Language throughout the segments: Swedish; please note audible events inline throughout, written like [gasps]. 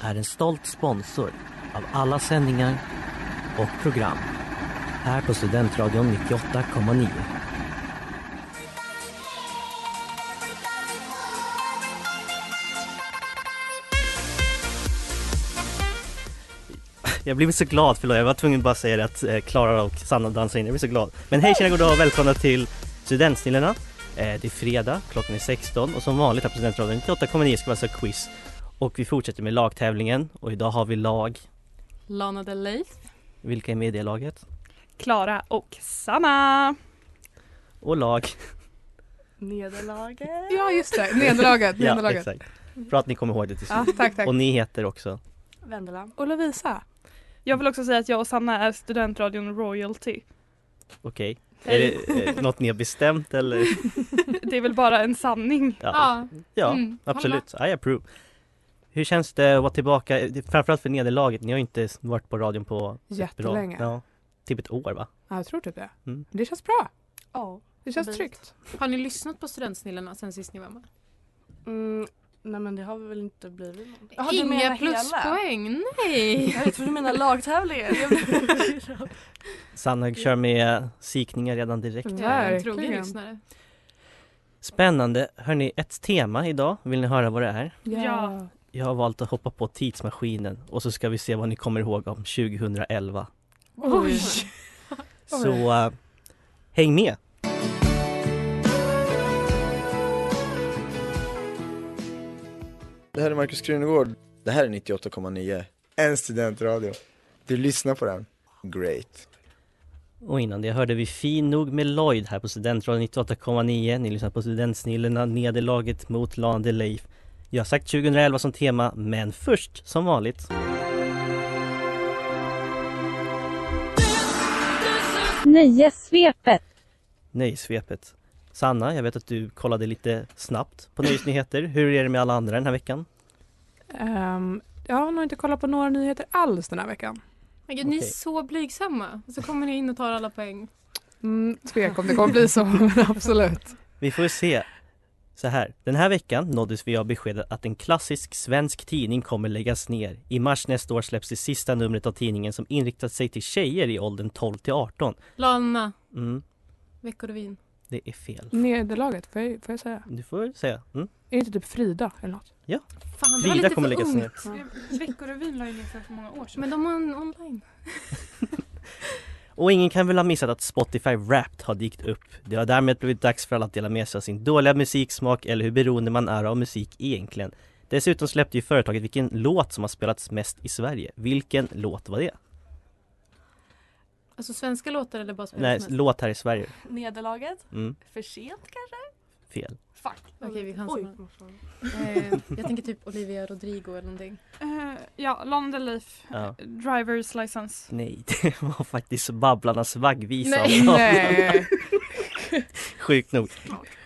är en stolt sponsor av alla sändningar och program här på Studentradion 98,9. Jag blev så glad, förlåt jag var tvungen att bara säga det att eh, Klara och Sanna dansar in, jag blev så glad. Men hej tjena goddag och välkomna till Studentsnillena. Eh, Det är fredag, klockan är 16 och som vanligt här på Studentradion 98,9 ska vi alltså ha quiz. Och vi fortsätter med lagtävlingen och idag har vi lag. Lana Del Rey. Vilka är med i det laget? Klara och Sanna. Och lag. Nederlaget. Ja just det, nederlaget. [laughs] ja, nederlaget. exakt. Bra att ni kommer ihåg det till slut. Ja, tack tack. Och ni heter också. Vendela. Och Lovisa. Jag vill också säga att jag och Sanna är studentradion royalty. Okej. Är det eh, något ni har bestämt eller? Det är väl bara en sanning. Ja, ja Mm, absolut. I approve. Hur känns det att vara tillbaka? Det- Framförallt för nederlaget. Ni har ju inte varit på radion på bra- Jättelänge. Ja. Ja, typ ett år va? jag tror typ det. Mm. Det känns bra. Ja. Det känns Fint. tryggt. Har ni lyssnat på Studentsnillena sen sist ni var med? Mm, nej men det har vi väl inte blivit någon. Inga pluspoäng, [laughs] nej! Jag tror du menar [laughs] lagtävlingar. Jag blev förvirrad. Sanna kör med sikningar redan direkt. Jag är en trogen Verkligen. lyssnare. Spännande. Hörni, ett tema idag. Vill ni höra vad det är? Ja. Jag har valt att hoppa på tidsmaskinen och så ska vi se vad ni kommer ihåg om 2011. Oj. Så eh, häng med! Det här är Markus Krunegård. Det här är 98,9. En studentradio. Du lyssnar på den. Great. Och innan det hörde vi Fin nog med Lloyd här på Studentradion 98,9. Ni lyssnar på Studentsnillena, nederlaget mot Lana Del Rey. Jag har sagt 2011 som tema, men först som vanligt. Nöjessvepet. Nöjessvepet. Sanna, jag vet att du kollade lite snabbt på nöjesnyheter. Hur är det med alla andra den här veckan? Ehm, jag har nog inte kollat på några nyheter alls den här veckan. Men gud, ni är Okej. så blygsamma. Så kommer ni in och tar alla poäng. Mm, tvek om det kommer bli så, [laughs] men absolut. Vi får se. Så här, den här veckan nåddes vi av beskedet att en klassisk svensk tidning kommer läggas ner. I mars nästa år släpps det sista numret av tidningen som inriktat sig till tjejer i åldern 12 till 18. Lana, Mm, Veckorevyn. det är fel. Mm. Nederlaget, får jag, får jag säga. Du får säga. Mm. Är det inte typ Frida eller något? Fan, det var Frida lite kommer för läggas ungt. ner. Veckorevyn la ju ner för många år sedan. Men de har en online. Och ingen kan väl ha missat att Spotify Wrapped har dykt upp. Det har därmed blivit dags för alla att dela med sig av sin dåliga musiksmak eller hur beroende man är av musik egentligen. Dessutom släppte ju företaget vilken låt som har spelats mest i Sverige. Vilken låt var det? Alltså svenska låtar eller bara Nej, spelas mest? låt här i Sverige. Nederlaget. Mm, För sent kanske? fel. Fuck. Okej, vi chansar. Oj. Eh, jag tänker typ Olivia Rodrigo eller någonting. Eh, ja, Lana Del Rey. Ja. Drivers license. Nej, [laughs] det var faktiskt Babblarnas vaggvisa Nej. om dagen. Nej. Sjukt nog.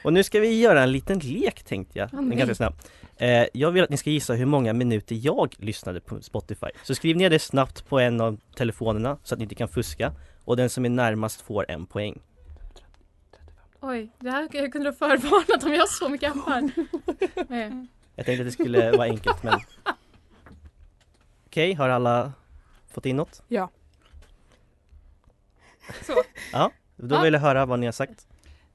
Och nu ska vi göra en liten lek tänkte jag. Åh, Den är nej. ganska snabb. Eh, jag vill att ni ska gissa hur många minuter jag lyssnade på Spotify. Så skriv ner det snabbt på en av telefonerna så att ni inte kan fuska. Och den som är närmast får en poäng. Oj, det här jag kunde ha förvarnat om jag har så mycket [laughs] appar. Eh, Jag tänkte att det skulle vara enkelt men... Okej, har alla fått in något? Ja. Så. [laughs] Ja, då Ja. vill jag höra vad ni har sagt.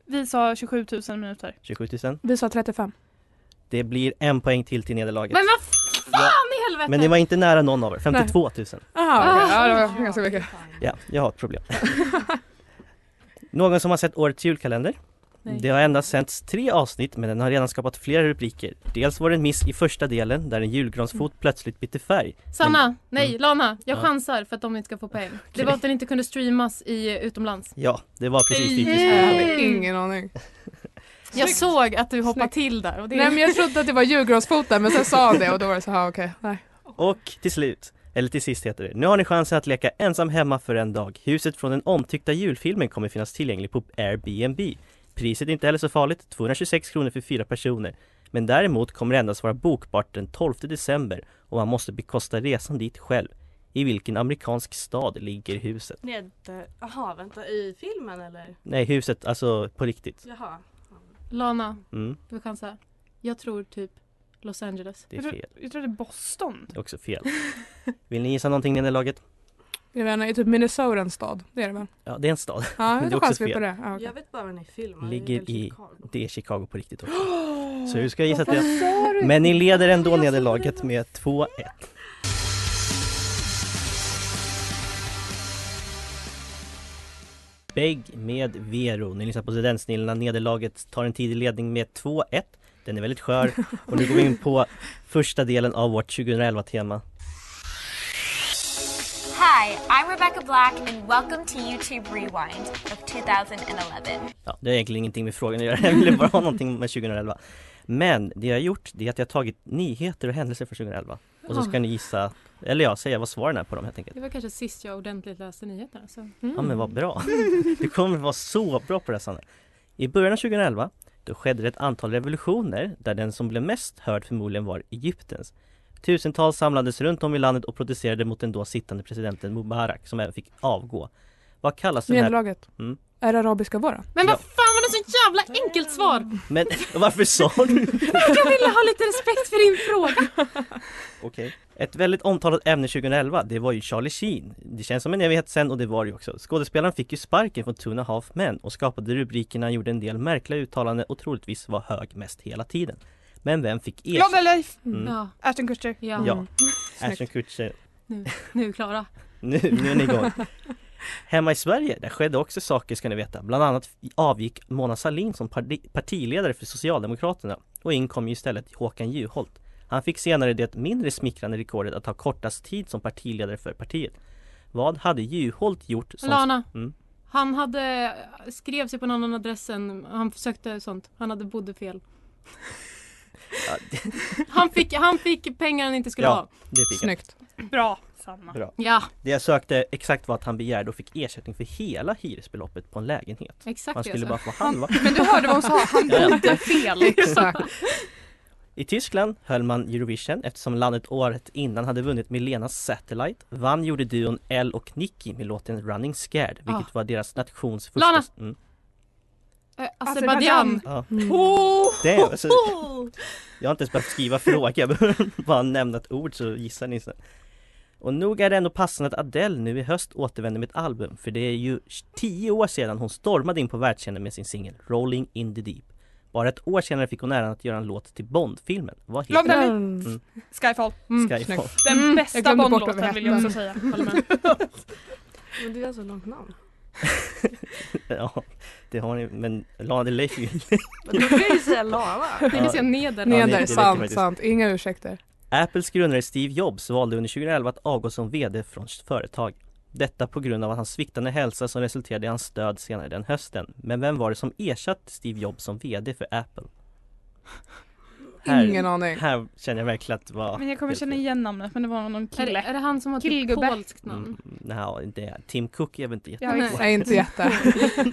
Vi sa 27 000 minuter. 27 000. Vi sa 35. Det blir en poäng till till nederlaget. men vad fan i helvete! Men ni var inte nära någon av er. 52 000. Ah, [laughs] Aha, okej. Ja, det var ganska mycket. Ja, jag har ett problem. Någon som har sett årets julkalender? Nej. Det har endast sänts tre avsnitt men den har redan skapat flera rubriker. Dels var det en miss i första delen där en julgransfot Mm. plötsligt bytte färg. Sanna, nej Lana, jag Mm. Ja. chansar för att de inte ska få poäng. Det var att den inte kunde streamas i eh, utomlands. Ja, det var precis typiskt. Jag hade ingen aning. Jag såg att du hoppade Snyggt. till där. Och det... Nej men jag trodde att det var julgransfoten men sen sa han det och då var det så här ah, okej, nej. Och till slut, eller till sist heter det, nu har ni chansen att leka ensam hemma för en dag. Huset från den omtyckta julfilmen kommer finnas tillgängligt på Airbnb. Priset är inte heller så farligt, 226 kronor för fyra personer. Men däremot kommer det endast vara bokbart den 12 december och man måste bekosta resan dit själv. I vilken amerikansk stad ligger huset? Ned- Jaha, vänta, i filmen eller? Nej, huset, alltså på riktigt. Jaha. Lana, Mm, du får chansa. Jag tror typ Los Angeles. det är tror- fel. Jag tror det är Boston. Det är också fel. Vill ni gissa någonting med det laget? Jag vet inte, är typ Minnesota en stad? Det är det väl? Ja, det är en stad. [laughs] Ja, Det är då också chansar vi fel. på det. Ja, okej. [gasps] Jag vet bara var ni filmar. Ligger det är väl i- Chicago. Det är Chicago på riktigt också. Så hur ska jag gissa att det Men ni leder ändå nederlaget med 2-1. Bägg med Vero. Ni lyssnar på studentsnillena. Nederlaget tar en tidig ledning med 2-1. Den är väldigt skör. Och nu går vi in på första delen av vårt 2011-tema. Hi, I'm Rebecca Black, and welcome to YouTube Rewind of 2011. Ja, det har egentligen ingenting med frågan att göra. [laughs] Jag ville bara ha någonting med 2011. Men det jag har gjort, det är att jag har tagit nyheter och händelser från 2011. Och så ska ni gissa, eller ja, säga vad svaren är på dem helt enkelt. Det var kanske sist jag ordentligt läste nyheterna. Så. Ja men vad bra! Du kommer vara så bra på det här Sanna! I början av 2011 då skedde det ett antal revolutioner där den som blev mest hörd förmodligen var Egyptens. Tusentals samlades runt om i landet och protesterade mot den då sittande presidenten Mubarak som även fick avgå. Vad kallas den här... Nederlaget. Mm. Är det arabiska våren? Men Ja. Mm. vad fan var det så jävla enkelt svar? Men varför sa du? Jag ville ha lite respekt för din fråga. Okej. Ett väldigt omtalat ämne 2011 det var ju Charlie Sheen. Det känns som en evighet sen och det var det ju också. Skådespelaren fick ju sparken från Two and a Half Men och skapade rubrikerna, gjorde en del märkliga uttalanden och troligtvis var hög mest hela tiden. Men vem fick ersättning? Love Life! Mm. Ja, Ashton Kutcher. ja. Ja, Ashton Kutcher. nu Klara. Nu, nu är [laughs] ni igång. Hemma i Sverige, där skedde också saker ska ni veta. Bland annat avgick Mona Sahlin som parti- partiledare för Socialdemokraterna och in kom ju istället Håkan Juholt. Han fick senare det mindre smickrande rekordet att ha kortast tid som partiledare för partiet. Vad hade Juholt gjort som... Lana. Mm. Han hade skrev sig på en annan adress än han sökte sånt. Han hade bodde fel. Ja, [laughs] Han fick, han fick pengar han inte skulle Ja. ha. det fick han. Snyggt. Bra, Sanna. Bra. Ja, Det jag sökte exakt var att han begärde och fick ersättning för hela hyresbeloppet på en lägenhet. exakt Han det alltså. skulle jag sa. bara få halva. Men du hörde vad hon sa, han [laughs] Ja, ja. bodde fel. [laughs] Exakt. I Tyskland höll man Eurovision eftersom landet året innan hade vunnit med Lenas Satellite. Vann gjorde duon L och Nicky med låten Running Scared, vilket Ah. var deras nations första... Lana! Mm, Eh, Azerbajdzjan. ja. Mm. Oh! det, är- alltså, Oh. jag har inte ens behövt skriva fråga, jag behöver bara nämna ett ord så gissar ni sen. Och nog är det ändå passande att Adele nu i höst återvänder med ett album, för det är ju 10 år sedan hon stormade in på världsscenen med sin singel Rolling in the Deep. Bara ett år senare fick hon äran att göra en låt till Bond-filmen. Vad heter Love Life! Mm. Skyfall. Mm. Skyfall. snyggt. Den Mm, jag bästa glömde bort vad Bond-låten den vill jag också hette. säga. Håller med. Men det är alltså ett långt [laughs] namn. [laughs] Ja, det har ni, men Lana Del Rey Men Då kan jag ju säga Lana. [laughs] Ni kan säga neder. Ja, det- det Neder, räcker sant, faktiskt. sant. Inga ursäkter. Apples grundare Steve Jobs valde under 2011 att avgå som VD från sitt företag. Detta på grund av att hans sviktande hälsa som resulterade i hans död senare den hösten. Men vem var det som ersatte Steve Jobs som VD för Apple? Här, Ingen aning. här känner jag verkligen att det var... Men jag kommer känna igen namnet men det var någon Är, det- kille. är det han som har typ Killgubbe. polskt namn? Mm, nej, det är Tim Cook är väl inte jätte... Ja, Nej. exakt. Nej, inte jätte.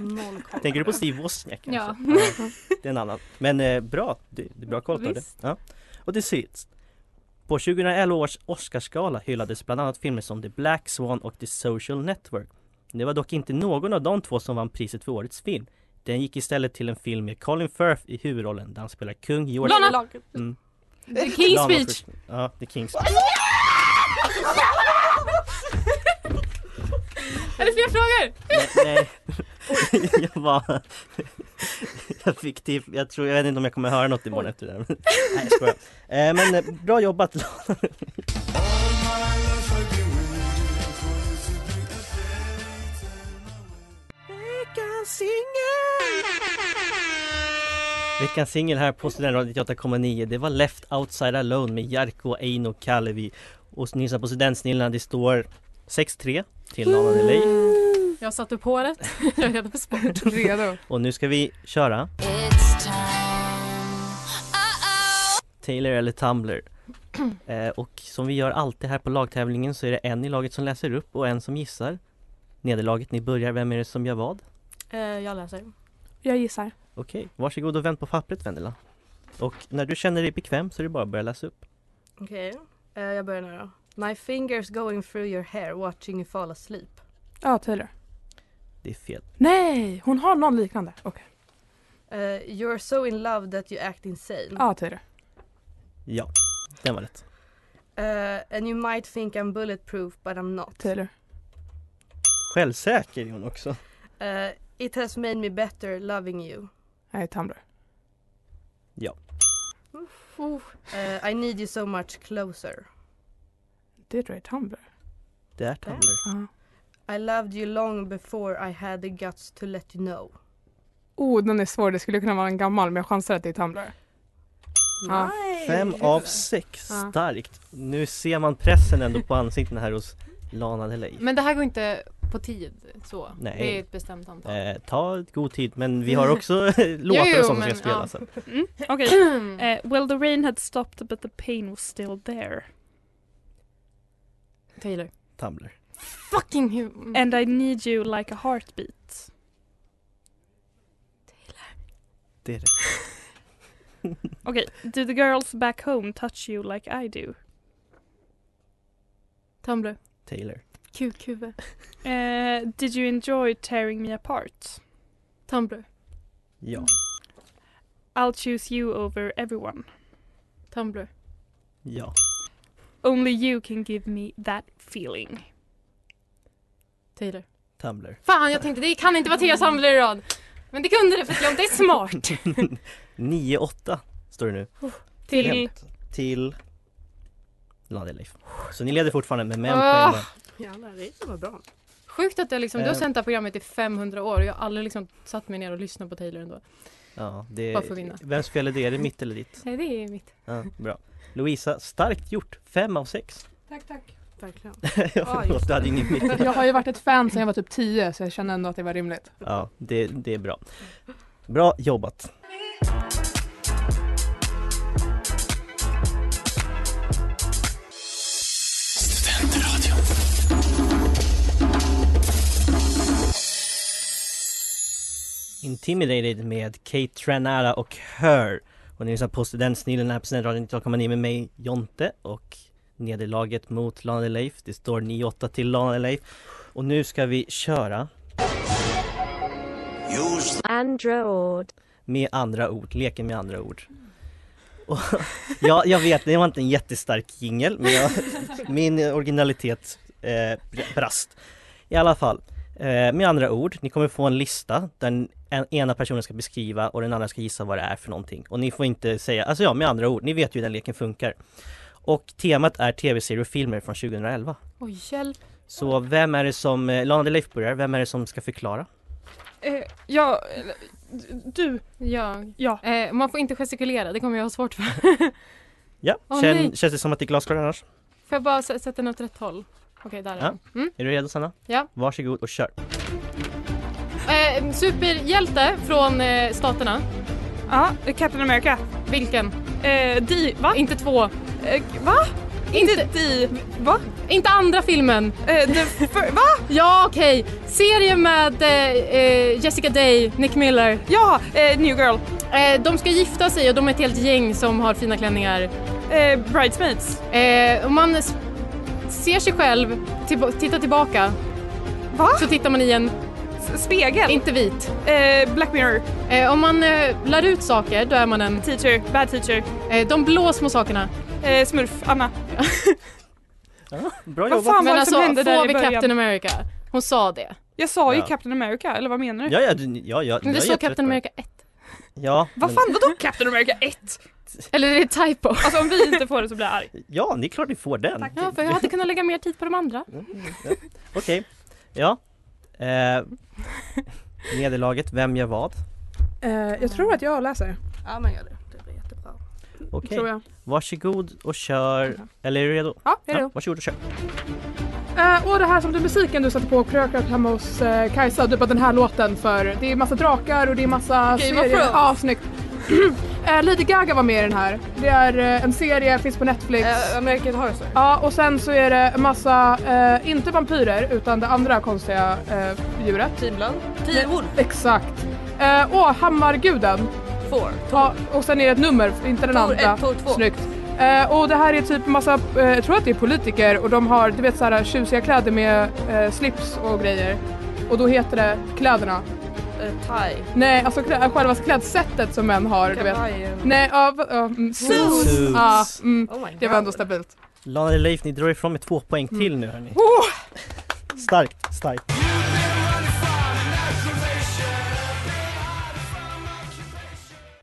Noll koll. Tänker du på Steve Wozniak kanske? Ja. Det är en annan. Men eh, bra, det, det är bra koll på det. Visst. Ja. Och till sist. På 2011 års Oscarsgala hyllades bland annat filmer som The Black Swan och The Social Network. Det var dock inte någon av de två som vann priset för årets film. Den gick istället till en film med Colin Firth i huvudrollen där han spelar kung George... Mm. Lana! [laughs] Laget. The King's Lana Speech. Firth. Ja, The King's Speech. Är det fler frågor? Nej, nej. [laughs] jag bara... jag fick typ, jag tror, jag vet inte om jag kommer höra något imorgon efter det här. Nej, jag skojar. Eh, men eh, bra jobbat Lana. veckans singel! Veckans singel här på Studentradion 98,9 Det var Left Outside Alone med Jarkko Eino Kalevi Och ni lyssnar på Studentsnillena, det står 6-3 till Lana Del Rey Jag satte upp håret. [laughs] Jag är redan sport. Redo. Och nu ska vi köra It's time. Taylor eller Tumblr [clears throat] eh, Och som vi gör alltid här på lagtävlingen så är det en i laget som läser upp och en som gissar Nederlaget, ni börjar, vem är det som gör vad? Eh, jag läser. Jag gissar. Okej, varsågod och vänd på pappret Vendela Och när du känner dig bekväm så är det bara att börja läsa upp Okej, eh, jag börjar nu då. My fingers going through your hair watching you fall asleep. Ja, Taylor. Det är fel Nej, hon har någon liknande. Okej. Eh, you're so in love that you act insane. Ja, Taylor. Ja, den var rätt Eh, and you might think I'm bulletproof but I'm not. Taylor. Självsäker är hon också Eh, it has made me better loving you. Nej, Tumblr. Eh, I need you so much closer. Det tror jag är Tumblr. Det är Tumblr Ja. I loved you long before I had the guts to let you know. Oh, den är svår. Det skulle kunna vara en gammal, men jag chansar att det är Tumblr. Ja. Fem av sex, Ja. starkt. Nu ser man pressen ändå på ansiktena här hos Lana Del Rey. Men det här går inte på tid så. Nej. Det är ett bestämt antal. Eh, ta god tid men vi har [laughs] också [laughs] låtar Jo, jo, och sånt som ska men, spelas ja. sen. Mm, Okej. Eh, well the rain had stopped but the pain was still there. Taylor. Tumblr. [clears throat] Fucking hu- And I need you like a heartbeat. Det är det. Okej, do the girls back home touch you like I do? Tumblr. Taylor. Kukhuvud. Eh, did you enjoy tearing me apart? Tumblr. Ja. I'll choose you over everyone. Tumblr. Ja. Only you can give me that feeling. Taylor. Tumblr. Fan, jag tänkte det kan inte vara Theas Tumblr i rad. Men det kunde det för att jag inte [laughs] är smart. [laughs] 9-8 står det nu. Till. Jämnt. Till Lana Del Rey. Så ni leder fortfarande men med en Ah. poäng bara. Jävlar, det var bra. Sjukt att jag liksom, du har Eh. sänt det här programmet i 500 år och jag har aldrig liksom satt mig ner och lyssnat på Taylor ändå. Ja, det Bara för att vinna. är... Vems fel är det? Är det mitt eller ditt? Nej, det är mitt. Ja, bra. Louisa, starkt gjort! Fem av sex. Tack, tack. Verkligen. [laughs] Ja, förlåt, du hade ingen mick. Jag har ju varit ett fan sedan jag var typ 10, så jag känner ändå att det var rimligt. Ja, det, det är bra. Bra jobbat! Intimidated med Kate Tranara och Her. Och ni lyssnar på Studentsnillen här på Studentradion 19,9 med mig Jonte och nederlaget mot Lana Del Rey. Det står 9-8 till Lana Del Rey. Och nu ska vi köra med andra ord, leken med andra ord. Och, [laughs] ja, jag vet, det var inte en jättestark jingel men jag, min originalitet eh, br- brast. I alla fall, eh, med andra ord, ni kommer få en lista där den en, ena personen ska beskriva och den andra ska gissa vad det är för någonting. Och ni får inte säga, alltså ja, med andra ord, ni vet ju hur den leken funkar. Och temat är tv-serier och filmer från 2011. Oj, hjälp. Så vem är det som, eh, Lana Del Rey börjar, vem är det som ska förklara? Eh, ja, eh, du. Jag. Ja. Eh, man får inte gestikulera, det kommer jag ha svårt för. [laughs] Ja, Åh, känn, nej. känns det som att det är glasklart annars? Får jag bara s- sätta den åt rätt håll? Okej, där är Ja. den. Mm. Är du redo Sanna? Ja. Varsågod och kör! Eh, superhjälte från eh, staterna. Ja, Captain America. Vilken? Eh, di, va? Inte två. Eh, va? Inte di, va? Inte andra filmen. Eh, the fir- va? Ja, okej. Serie med eh, eh, Jessica Day, Nick Miller. Ja, eh, New Girl. Eh, de ska gifta sig och de är ett helt gäng som har fina klänningar. Eh, Bridesmaids. Eh, om man s- ser sig själv, tillba- tittar tillbaka, Va? så tittar man i en S- Spegel. inte vit. eh, Black Mirror. Eh, om man eh, lär ut saker, då är man en... Teacher. Bad teacher. Eh, de blå små sakerna. Eh, Smurf. Anna. Bra Vad jobbat! fan var Men det alltså, som hände där får i vi början? Captain America? Hon sa det. Jag sa ju Ja. Captain America, eller vad menar du? Ja, ja, du, ja, ja, du Men det har står gett rätt Captain poäng. America 1. Ja, Vad men- fan vadå Captain America 1? Eller är det typo? Alltså om vi inte får det så blir jag arg. Ja, det är klart ni får den! Ja, för jag hade kunnat lägga mer tid på de andra. Okej, ja. Eh, Nederlaget, vem gör vad? Eh, jag tror att jag läser. Ja men gör det. Det blir jättebra. Okej, Tror jag. varsågod och kör. Eller är du redo? Ja, är det Ja, varsågod och kör. Eh, och det här som du musiken du satte på och krökat hemma hos eh, Kajsa, du bara den här låten för det är massa drakar och det är massa Game of Thrones. Ja, snyggt. [clears throat] Eh, Lady Gaga var med i den här. Det är eh, en serie, finns på Netflix. Eh, American Horror Story. Ja, och sen så är det en massa, eh, inte vampyrer utan det andra konstiga eh, djuret. Tidbland. Tidwolf. Exakt. Eh, och Hammarguden. Four. Ja, och sen är det ett nummer, inte den Tor andra. ett, Tor två. Snyggt. Eh, och det här är typ massa, eh, jag tror att det är politiker och de har du vet såhär tjusiga kläder med eh, slips och grejer. Och då heter det kläderna. Eh, thai. Nej, alltså klä, själva klädsättet som män har. Du vet. Kavajen. Nej, ja. va- ja, mm. Suits. Ja, mm. Oh my god. Det var ändå stabilt. Lana eller Leif, ni drar ifrån med två poäng Mm. till nu hörni. Oh! Starkt, starkt.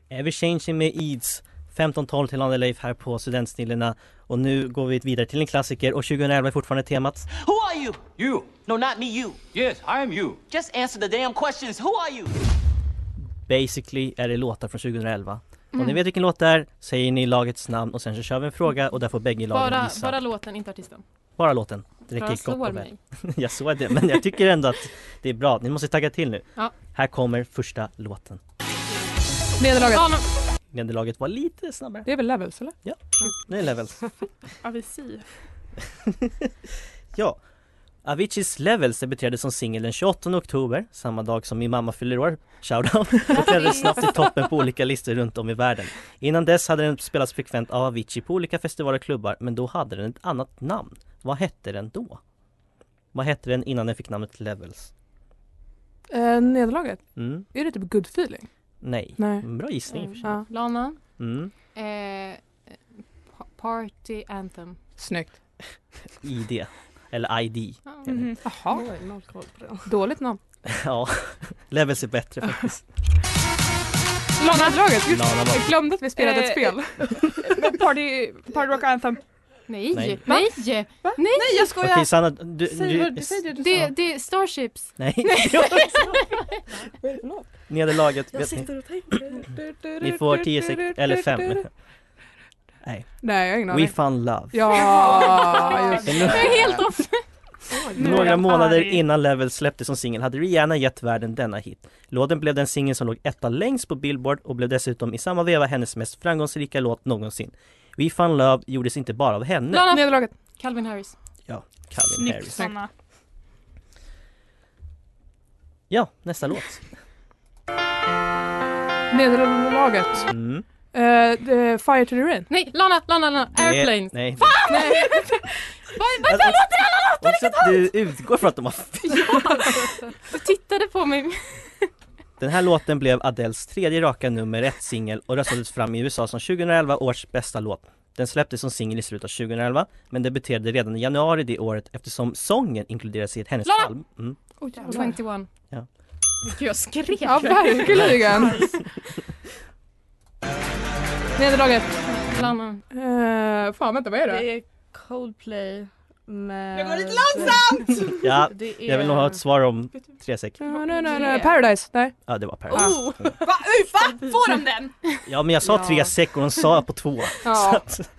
Eh, Vi changear med Eads 15-12 till Lana eller Leif här på Studentsnillena och nu går vi vidare till en klassiker och 2011 är fortfarande temat. Who are you? You. No, not me, you. Yes, I am you. Just answer the damn questions. Who are you? Basically är det låtar från 2011. Om ni Mm. vet vilken låt det är säger ni lagets namn och sen så kör vi en fråga och där får bägge lagen Bara, gissa. bara låten, inte artisten. Bara låten. Det Bara räcker gott slår och väl. mig. [laughs] Jag såg det men jag tycker ändå att det är bra. Ni måste tagga till nu. Ja. Här kommer första låten. Nederlaget. Ja, men- Nederlaget var lite snabbare. Det är väl levels eller? Nu är det levels. Avicii. [laughs] Ja. Aviciis Levels debuterade som singel den 28 oktober, samma dag som min mamma fyller år, shoutout, och klättrade snabbt i toppen på olika listor runt om i världen. Innan dess hade den spelats frekvent av Avicii på olika festivaler och klubbar, men då hade den ett annat namn. Vad hette den då? Vad hette den innan den fick namnet Levels? Eh, nederlaget. Mm, Är det typ good feeling? nej. Nej. Bra gissning Mm. i och för sig. Ja. Lana. Mm. Eh, pa- party Anthem. Snyggt. ID. Eller ID. Ja. mm. Mm. Mhm. Jaha, Oj, noll koll på den. dåligt namn. [laughs] Ja, Levels är bättre faktiskt. Lana-draget, just Lana var- Jag glömde att vi spelade ett Eh, [laughs] spel. Party, party Rock Anthem. Nej! Nej. Nej! Va? Nej! Nej jag Okej skojar! Sanna, du... Säg vad du säger det du Det, sa. det är Starships. Nej. [laughs] Nej. Nederlaget, Jag vet ni? sitter och tänker. Ni får 10 sek- eller 5. Nej, Nej, jag har ingen We aning. Found Love. [laughs] Ja, just Men Jag är helt off! Nu är Några jag månader arg. innan Level släpptes som singel hade Rihanna gett världen denna hit. Låten blev den singel som låg etta längst på Billboard och blev dessutom i samma veva hennes mest framgångsrika låt någonsin. We Found Love gjordes inte bara av henne, [laughs] Lana. Nederlaget. Calvin Harris. ja, Calvin Snyggt Harris. Sanna. Ja, nästa låt. Nederlaget. Mm. Eh, the fire to the rain. Nej, Lana, Lana, Lana. Airplane. [laughs] Nej, nej. Fan! Varför låter alla låtar Alltså, Också att [laughs] du utgår från att de har fel. Du tittade på mig. Den här låten blev Adeles tredje raka nummer ett singel och röstades fram i USA som 2011 års bästa låt. Den släpptes som singel i slutet av 2011 men debuterade redan i januari det året eftersom sången inkluderas i hennes Lana! album. Mm. Oh, 21. Ja. Gud, jag skrek. [laughs] ja, verkligen. [laughs] Nederlaget. Lana. Uh, fan, vänta, vad är det? Det är Coldplay med... Det går lite långsamt! Ja, det är... jag vill nog ha ett svar om tre sek. No, no, no, no. Paradise. Nej. Ja, det var Per. Oh! Va? Uj, va? Får de den? Ja, men jag sa Ja. tre sek och de sa på två. Så Ja. att,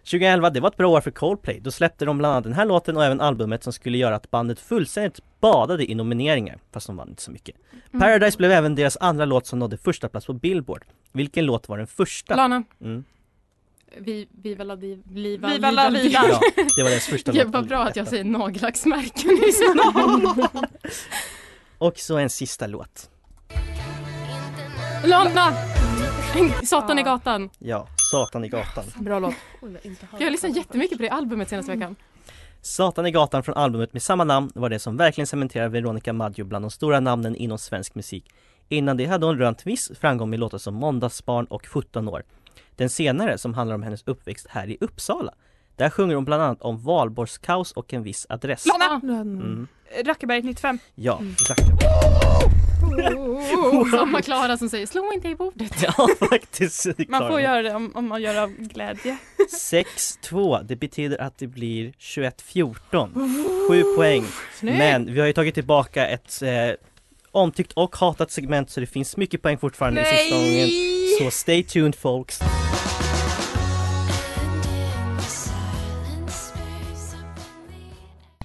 2011, det var ett bra år för Coldplay. Då släppte de bland annat den här låten och även albumet som skulle göra att bandet fullständigt badade i nomineringar, fast de vann inte så mycket. Mm. Paradise blev även deras andra låt som nådde första plats på Billboard. Vilken låt var den första? Lana. Mm. Vi, viva la diva. Viva, Viva la vida. Ja, det var deras första [laughs] Gud låt. vad bra att jag säger nagellacksmärken i såna Och så en sista låt. Lana! Satan i gatan. Ja, Satan i gatan. Bra låt. Jag har lyssnat jättemycket på det albumet senaste veckan. Satan i gatan från albumet med samma namn var det som verkligen cementerade Veronica Maggio bland de stora namnen inom svensk musik. Innan det hade hon rönt viss framgång med låtar som Måndagsbarn och 17 år. Den senare som handlar om hennes uppväxt här i Uppsala. Där sjunger hon bland annat om valborgskaos och en viss adress. Lana! Mm. Mm. Rackeberget 95. Ja, exakt. Samma Klara som säger slå inte i bordet. [laughs] Ja, faktiskt. det klarar Man får hon. göra det om, om man gör det av glädje. 6-2, det betyder att det blir 21-14. 7 poäng. Snyggt. Men vi har ju tagit tillbaka ett eh, omtyckt och hatat segment så det finns mycket poäng fortfarande i sista Nej! gången. Så stay tuned folks.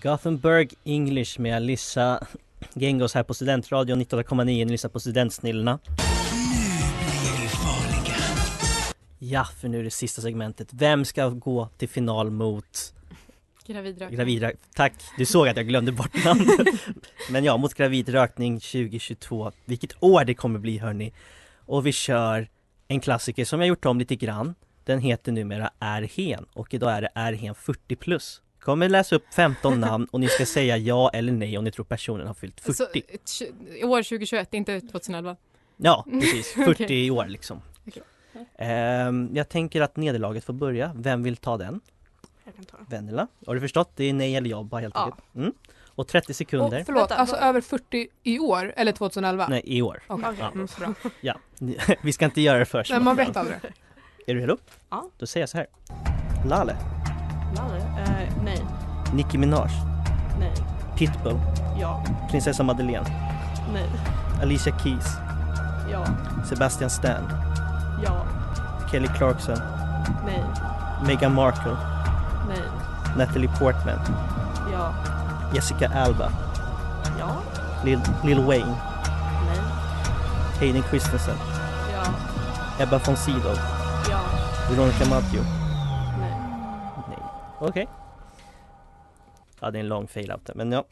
Gothenburg English med Alissa Gengos här på Studentradion 19,9. Ni lyssnar på Studentsnillena. Ja, för nu är det sista segmentet. Vem ska gå till final mot Gravidrökning. gravidrökning? Tack! Du såg att jag glömde bort namnet. [laughs] Men ja, mot gravidrökning 2022. Vilket år det kommer bli hörni! Och vi kör en klassiker som jag gjort om lite grann. Den heter numera Är hen och idag är det Är hen 40 plus. Kommer läsa upp 15 namn och ni ska säga ja eller nej om ni tror personen har fyllt 40. Så, ett tju- år 2021, inte 2011. Ja, precis. 40 Okej. år liksom. Okej. Ehm, jag tänker att nederlaget får börja. Vem vill ta den? Jag kan ta den. Venela. Har du förstått? Det är nej eller ja bara helt Ja. enkelt. Mm. Och 30 sekunder. Och, förlåt, Vänta, alltså vad- över 40 i år eller 2011? nej, i år. [laughs] Okej, Okej. mm, [laughs] bra. Ja. Vi ska inte göra det först. Nej, man vet aldrig. Är du redo? Ja. Då säger jag så här. Lale, Lalle? Eh, nej. Nicki Minaj, Nej. Pitbull, Ja. Prinsessa Madeleine, Nej. Alicia Keys, Ja. Sebastian Stan, Ja. Kelly Clarkson, Nej. Meghan Markle, Nej. Natalie Portman, Ja. Jessica Alba, Ja. Lil, Lil Wayne, Nej. Hayden Christensen, Ja. Ebba von Sydow, Ja. Veronica Maggio. Nej. Nej. Okej. Ja, det är en lång fail-out där, men ja.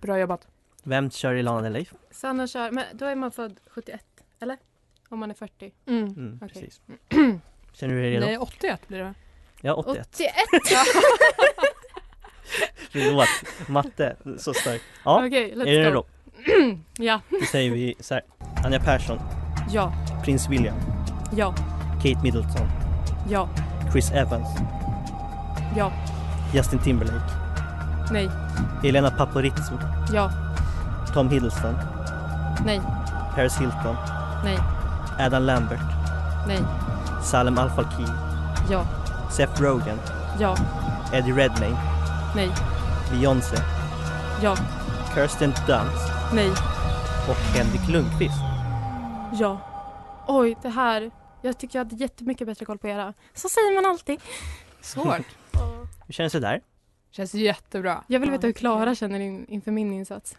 Bra jobbat. Vem kör Ilana eller Leif? Sanna kör, men då är man född 71, eller? Om man är 40. Mm. Mm, Okej. Mm. precis. [clears throat] Känner du dig redo? Nej, 81 blir det. Ja, 81. 81! [laughs] Förlåt, matte. Så stark. Ja, Okej, är du let's go. redo? Ja, Då säger vi så här. Anja Persson, ja, Prins William, ja, Kate Middleton, ja, Chris Evans, ja, Justin Timberlake, nej, Elena Paparizou, ja, Tom Hiddleston, nej, Paris Hilton, nej, Adam Lambert, nej, Salem Al Fakir, ja, Seth Rogen, ja, Eddie Redmayne, nej, Beyoncé, ja, Kirsten Dunst nej, och Henrik Lundqvist. ja. Oj, det här. Jag tycker jag hade jättemycket bättre koll på era. Så säger man alltid. Svårt. [laughs] Hur känns det där? Känns jättebra. Jag vill veta hur Klara känner in, inför min insats.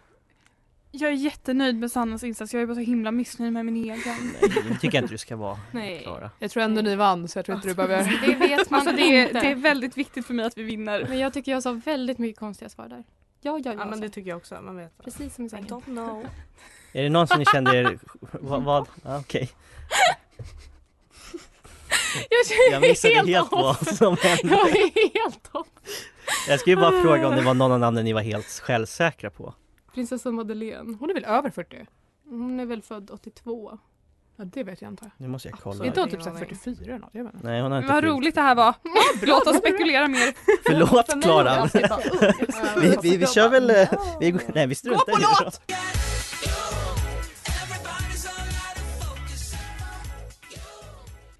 Jag är jättenöjd med Sannas insats. Jag är bara så himla missnöjd med min egen. Nej, det tycker jag inte du ska vara, Nej. Klara. Jag tror ändå ni vann så jag tror inte du [laughs] behöver... Det vet man Alltså det, är- inte. det är väldigt viktigt för mig att vi vinner. Men jag tycker jag sa väldigt mycket konstiga svar där. Ja, ja, Ja, ja. men sa det jag. tycker jag också. Man vet. Precis som i I sängen. [laughs] don't [laughs] know. Är det någon som ni kände er... [laughs] Vad? vad? Ah, Okej. Jag känner Jag missade helt helt, vad off. som hände. Jag är helt off. Jag skulle bara fråga om det var någon av namnen ni var helt självsäkra på. Prinsessa Madeleine. Hon är väl över 40? Hon är väl född 82? Ja, det vet jag inte. Nu måste jag kolla. Är inte hon typ ingen så här aning. 44 eller något? Jag vet inte. Nej, hon har inte Vad fyllt. roligt det här var. Låt oss spekulera mer. För Förlåt mig är det Klara. alltid bara, Typ "Oh, jag ska Vi, passa vi, vi på." kör väl... eh, Vi, går- nej, vi struntar i det då.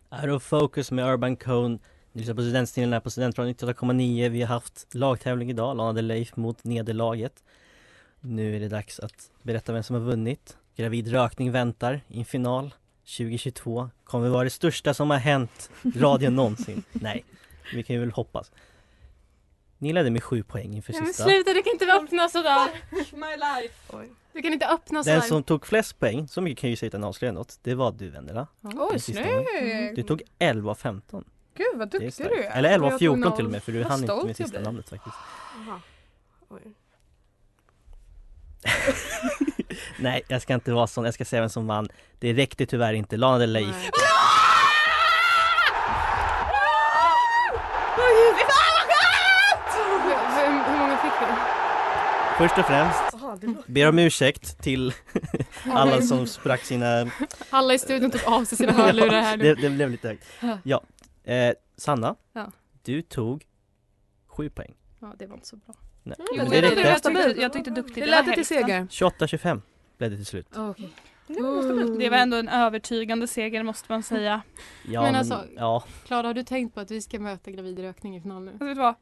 Out of focus med Urban Cone. Ni lyssnar på Studentstilen här på Studentradion 98,9. Vi har haft lagtävling idag, Lana de Leif mot nederlaget. Nu är det dags att berätta vem som har vunnit. Gravid rökning väntar i en final 2022. Kommer vara det största som har hänt radion någonsin. Nej, vi kan ju väl hoppas. Ni ledde med sju poäng inför Nej men sista. sluta, du kan inte öppna sådär. "Oh, My life. Du kan inte öppna sådär. Den som tog flest poäng, så mycket kan ju säga utan att avslöja något, det var du Vendela. Oj, Precis, Daniel. snygg! Mm. Du tog 11 av 15. Gud vad det är duktig starkt. du är. Eller 11 av Jag tog 14 noll. till och med för du Vad hann inte stolt med jag sista blir. namnet faktiskt. Jaha. Oj. Nej, jag ska inte vara sån. Jag ska säga vem som vann. Det räckte tyvärr inte. Lana Del Rey. Nej. Hur- hur- Hur många fick vi? Först och främst Jaha, det var... ber om ursäkt till alla som sprack sina... Alla i studion tog av sig [laughs] sina hörlurar här det, nu. det blev lite högt. Ja. Ja. Eh, Sanna, Ja. du tog 7 poäng. Ja, det var inte så bra. Nej. men Jo, det det är Jag, räckte. rätt. tyckte, jag tyckte duktigt. Det var lät till seger. hälften. 28-25 blev det till slut. Okej. Det var ändå en övertygande seger måste man säga. Ja, Men alltså- ja. Klara, har du tänkt på att vi ska möta gravidrökning i final nu? Alltså, vet du vad?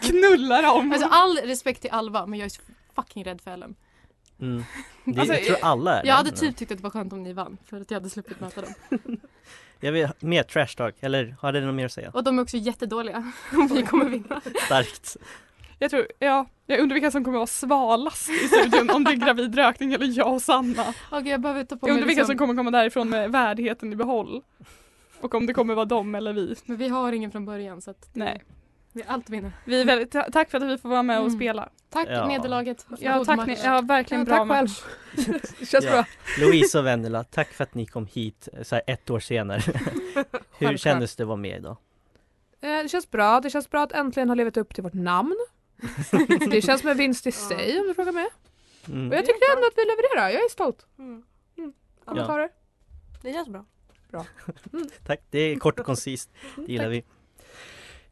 Knullar om. Alltså all respekt till Alva, men jag är så fucking rädd för Ellen. Mm. Det, Alltså, jag tror alla är Jag det. hade typ tyckt att det var skönt om ni vann för att jag hade sluppit möta dem. Jag vill ha mer trash talk, eller har det något mer att säga? Och de är också jättedåliga [laughs] om vi kommer vinna. Starkt. Jag tror, ja, jag undrar vilka som kommer vara svalast i studion om det är gravidrökning eller jag och Sanna. [laughs] Okej jag behöver ta på Jag mig undrar vilka liksom- som kommer komma därifrån med värdigheten i behåll. Och om det kommer vara dem eller vi. Men vi har ingen från början så att det, Nej. vi har allt att vinna. Vi är väldigt, ta- tack för att vi får vara med och Mm. spela. Tack Ja. nederlaget. Ja, God tack match. ni, ja verkligen Ja, bra tack själv. [laughs] match. Känns Ja. bra. Louise och Vendela, tack för att ni kom hit eh, så här ett [laughs] år senare. Hur Självklart. kändes det att vara med idag? Eh, Det känns bra. Det känns bra att äntligen ha levt upp till vårt namn. det känns som en vinst i sig om du frågar mig. Och Mm. jag tycker ändå att vi levererar. Jag är stolt. Mm. Kommentarer? Det känns bra. Tack, det är kort och koncist. Det gillar vi.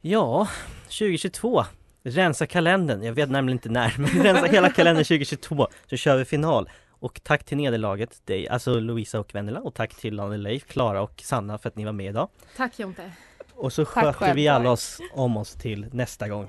Ja, 2022. Rensa kalendern. Jag vet nämligen inte när, men [laughs] rensa hela kalendern 2022 så kör vi final. Och tack till nederlaget, dig, alltså Louisa och Vendela och tack till Anne Leif, Klara och Sanna för att ni var med idag. Tack Jonte. Och så Tack sköter själv. vi alla oss om oss till nästa gång.